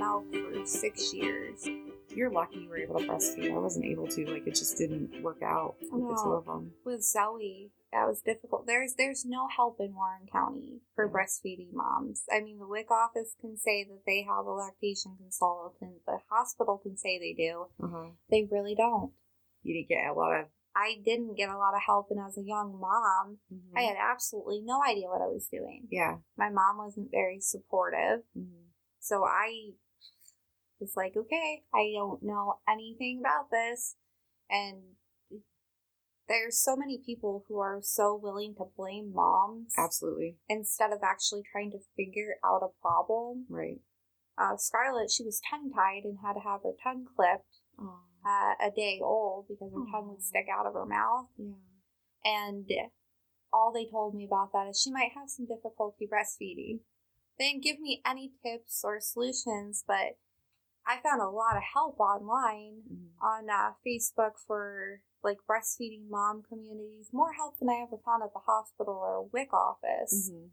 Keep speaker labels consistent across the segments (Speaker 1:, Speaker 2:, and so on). Speaker 1: for six years. You're lucky you were able to breastfeed. I wasn't able to. Like it just didn't work out with the two
Speaker 2: No.
Speaker 1: of them.
Speaker 2: With Zoe, that was difficult. There's there's no help in Warren County for
Speaker 1: Yeah.
Speaker 2: breastfeeding moms. I mean, the WIC office can say that they have a lactation consultant. The hospital can say they do.
Speaker 1: Uh-huh.
Speaker 2: They really don't.
Speaker 1: You didn't get a lot of.
Speaker 2: I didn't get a lot of help, and as a young mom, I had absolutely no idea what I was doing.
Speaker 1: Mm-hmm. yeah.
Speaker 2: My mom wasn't very supportive.
Speaker 1: Mhm.
Speaker 2: So I was like, okay, I don't know anything about this. And there's so many people who are so willing to blame moms
Speaker 1: Absolutely
Speaker 2: instead of actually trying to figure out a problem.
Speaker 1: right.
Speaker 2: Uh, Scarlett, she was tongue tied and had to have her tongue clipped
Speaker 1: Oh.
Speaker 2: uh, a day old because her tongue
Speaker 1: Aw.
Speaker 2: would stick out of her mouth.
Speaker 1: Yeah.
Speaker 2: And all they told me about that is she might have some difficulty breastfeeding. They didn't give me any tips or solutions, but I found a lot of help online
Speaker 1: Mhm.
Speaker 2: on uh, Facebook for like breastfeeding mom communities, more help than I ever found at the hospital or WIC office
Speaker 1: Mhm.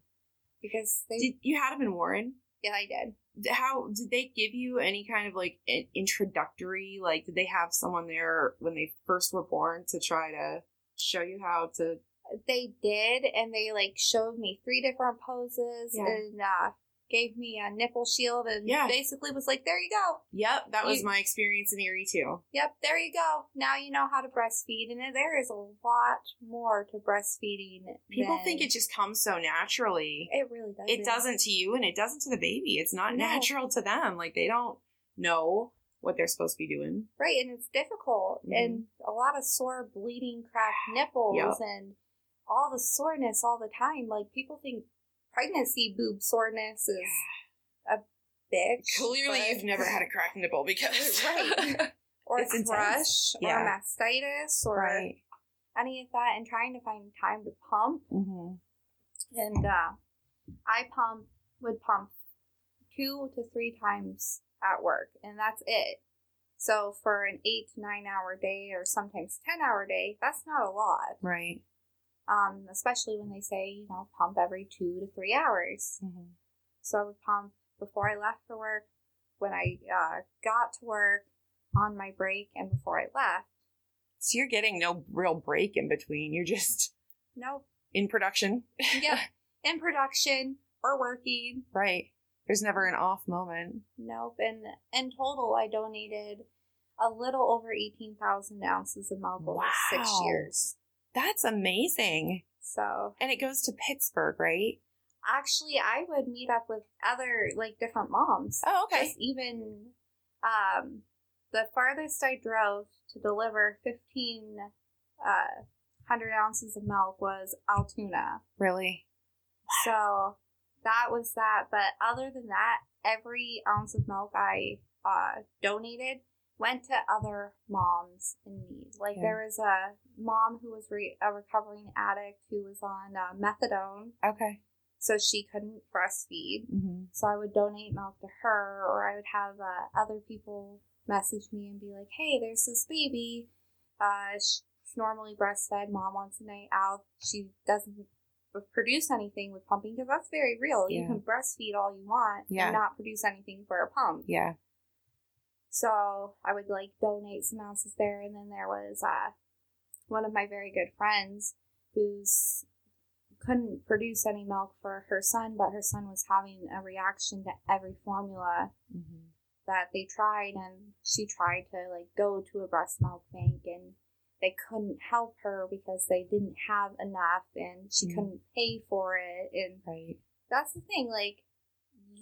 Speaker 2: because they,
Speaker 1: Did you had them in Warren?
Speaker 2: yeah, I did.
Speaker 1: how did they give you any kind of like an introductory like did they have someone there when they first were born to try to show you how to
Speaker 2: They did, and they like showed me three different poses
Speaker 1: Yeah.
Speaker 2: and uh, gave me a nipple shield and
Speaker 1: Yeah.
Speaker 2: basically was like, there you go.
Speaker 1: yep that was
Speaker 2: You-
Speaker 1: my experience in erie too
Speaker 2: Yep, there you go. Now you know how to breastfeed, and there is a lot more to breastfeeding.
Speaker 1: people
Speaker 2: than-
Speaker 1: think it just comes so naturally
Speaker 2: It really doesn't.
Speaker 1: it doesn't to you and it doesn't to the baby it's not
Speaker 2: No.
Speaker 1: natural to them like they don't know what they're supposed to be doing
Speaker 2: right, and it's difficult,
Speaker 1: Mhm.
Speaker 2: and a lot of sore, bleeding, cracked nipples,
Speaker 1: Yep.
Speaker 2: and all the soreness all the time. Like people think pregnancy boob soreness is a bitch. but-
Speaker 1: a cracked nipple because
Speaker 2: Right. or
Speaker 1: It's intense.
Speaker 2: crush
Speaker 1: Yeah.
Speaker 2: or mastitis or
Speaker 1: right
Speaker 2: any of that, and trying to find time to pump.
Speaker 1: hmm
Speaker 2: and uh, I pump would pump two to three times at work, and that's it. So for an eight to nine hour day, or sometimes ten hour day, that's not a lot.
Speaker 1: right
Speaker 2: Um, especially when they say you know pump every two to three hours.
Speaker 1: mm-hmm.
Speaker 2: So I would pump before I left for work, when I uh, got to work, on my break, and before I left.
Speaker 1: so you're getting no real break in between you're just
Speaker 2: No,
Speaker 1: in production
Speaker 2: yep, in production or working.
Speaker 1: Right. There's never an off moment.
Speaker 2: Nope. And in total, I donated a little over 18,000 ounces of milk over six
Speaker 1: Wow.
Speaker 2: years.
Speaker 1: That's amazing.
Speaker 2: So
Speaker 1: And it goes to Pittsburgh, right?
Speaker 2: actually, I would meet up with other, like, different moms.
Speaker 1: Oh,
Speaker 2: Just even um, the farthest I drove to deliver 15. Uh, 100 ounces of milk was Altoona.
Speaker 1: Really?
Speaker 2: So that was that. But other than that, every ounce of milk I uh, donated went to other moms in need. Like
Speaker 1: Yeah.
Speaker 2: there was a mom who was re- a recovering addict who was on uh, methadone,
Speaker 1: Okay.
Speaker 2: so she couldn't breastfeed.
Speaker 1: Mm-hmm.
Speaker 2: So I would donate milk to her, or I would have uh, other people message me and be like, "Hey, there's this baby. Uh, she's normally breastfed. Mom wants a night out. She doesn't produce anything with pumping because that's very real.
Speaker 1: Yeah.
Speaker 2: You can breastfeed all you want
Speaker 1: Yeah.
Speaker 2: and not produce anything for a pump.
Speaker 1: Yeah.
Speaker 2: So I would like donate some ounces there, and then there was uh, one of my very good friends who's couldn't produce any milk for her son, but her son was having a reaction to every formula
Speaker 1: Mm-hmm.
Speaker 2: that they tried, and she tried to like go to a breast milk bank, and they couldn't help her because they didn't have enough, and she
Speaker 1: Mm.
Speaker 2: couldn't pay for it, and
Speaker 1: Right.
Speaker 2: that's the thing like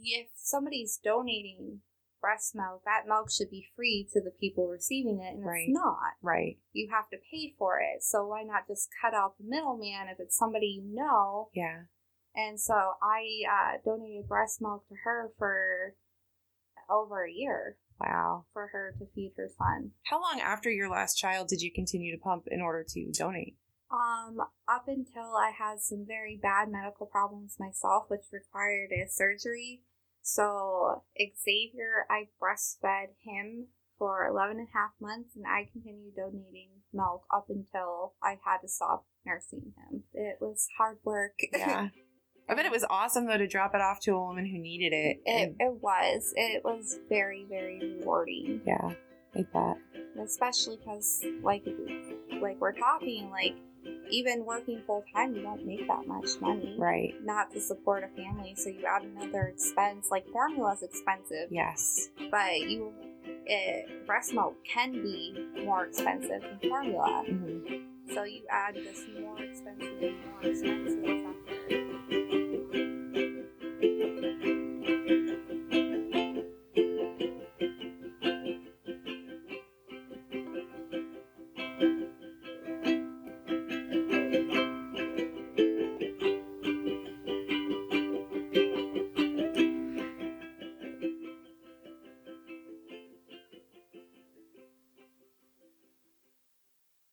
Speaker 2: if somebody's donating breast milk that milk should be free to the people receiving it and
Speaker 1: Right.
Speaker 2: it's not
Speaker 1: Right.
Speaker 2: you have to pay for it so why not just cut out the middleman if it's somebody you know
Speaker 1: Yeah.
Speaker 2: and so i uh, donated breast milk to her for over a year
Speaker 1: Wow.
Speaker 2: for her to feed her son
Speaker 1: How long after your last child did you continue to pump in order to donate?
Speaker 2: um up until i had some very bad medical problems myself which required a surgery so xavier i breastfed him for 11 and a half months and i continued donating milk up until i had to stop nursing him it was hard work
Speaker 1: I bet it was awesome though to drop it off to a woman who needed it.
Speaker 2: It,
Speaker 1: and-
Speaker 2: it was. It was very, very rewarding,
Speaker 1: yeah, like that.
Speaker 2: especially because, like, like we're talking, like, even working full time, you don't make that much money.
Speaker 1: Right.
Speaker 2: Not to support a family, so you add another expense. Like formula's expensive,
Speaker 1: Yes.
Speaker 2: but you, it, breast milk can be more expensive than formula.
Speaker 1: Mhm.
Speaker 2: So you add this more expensive and more expensive factor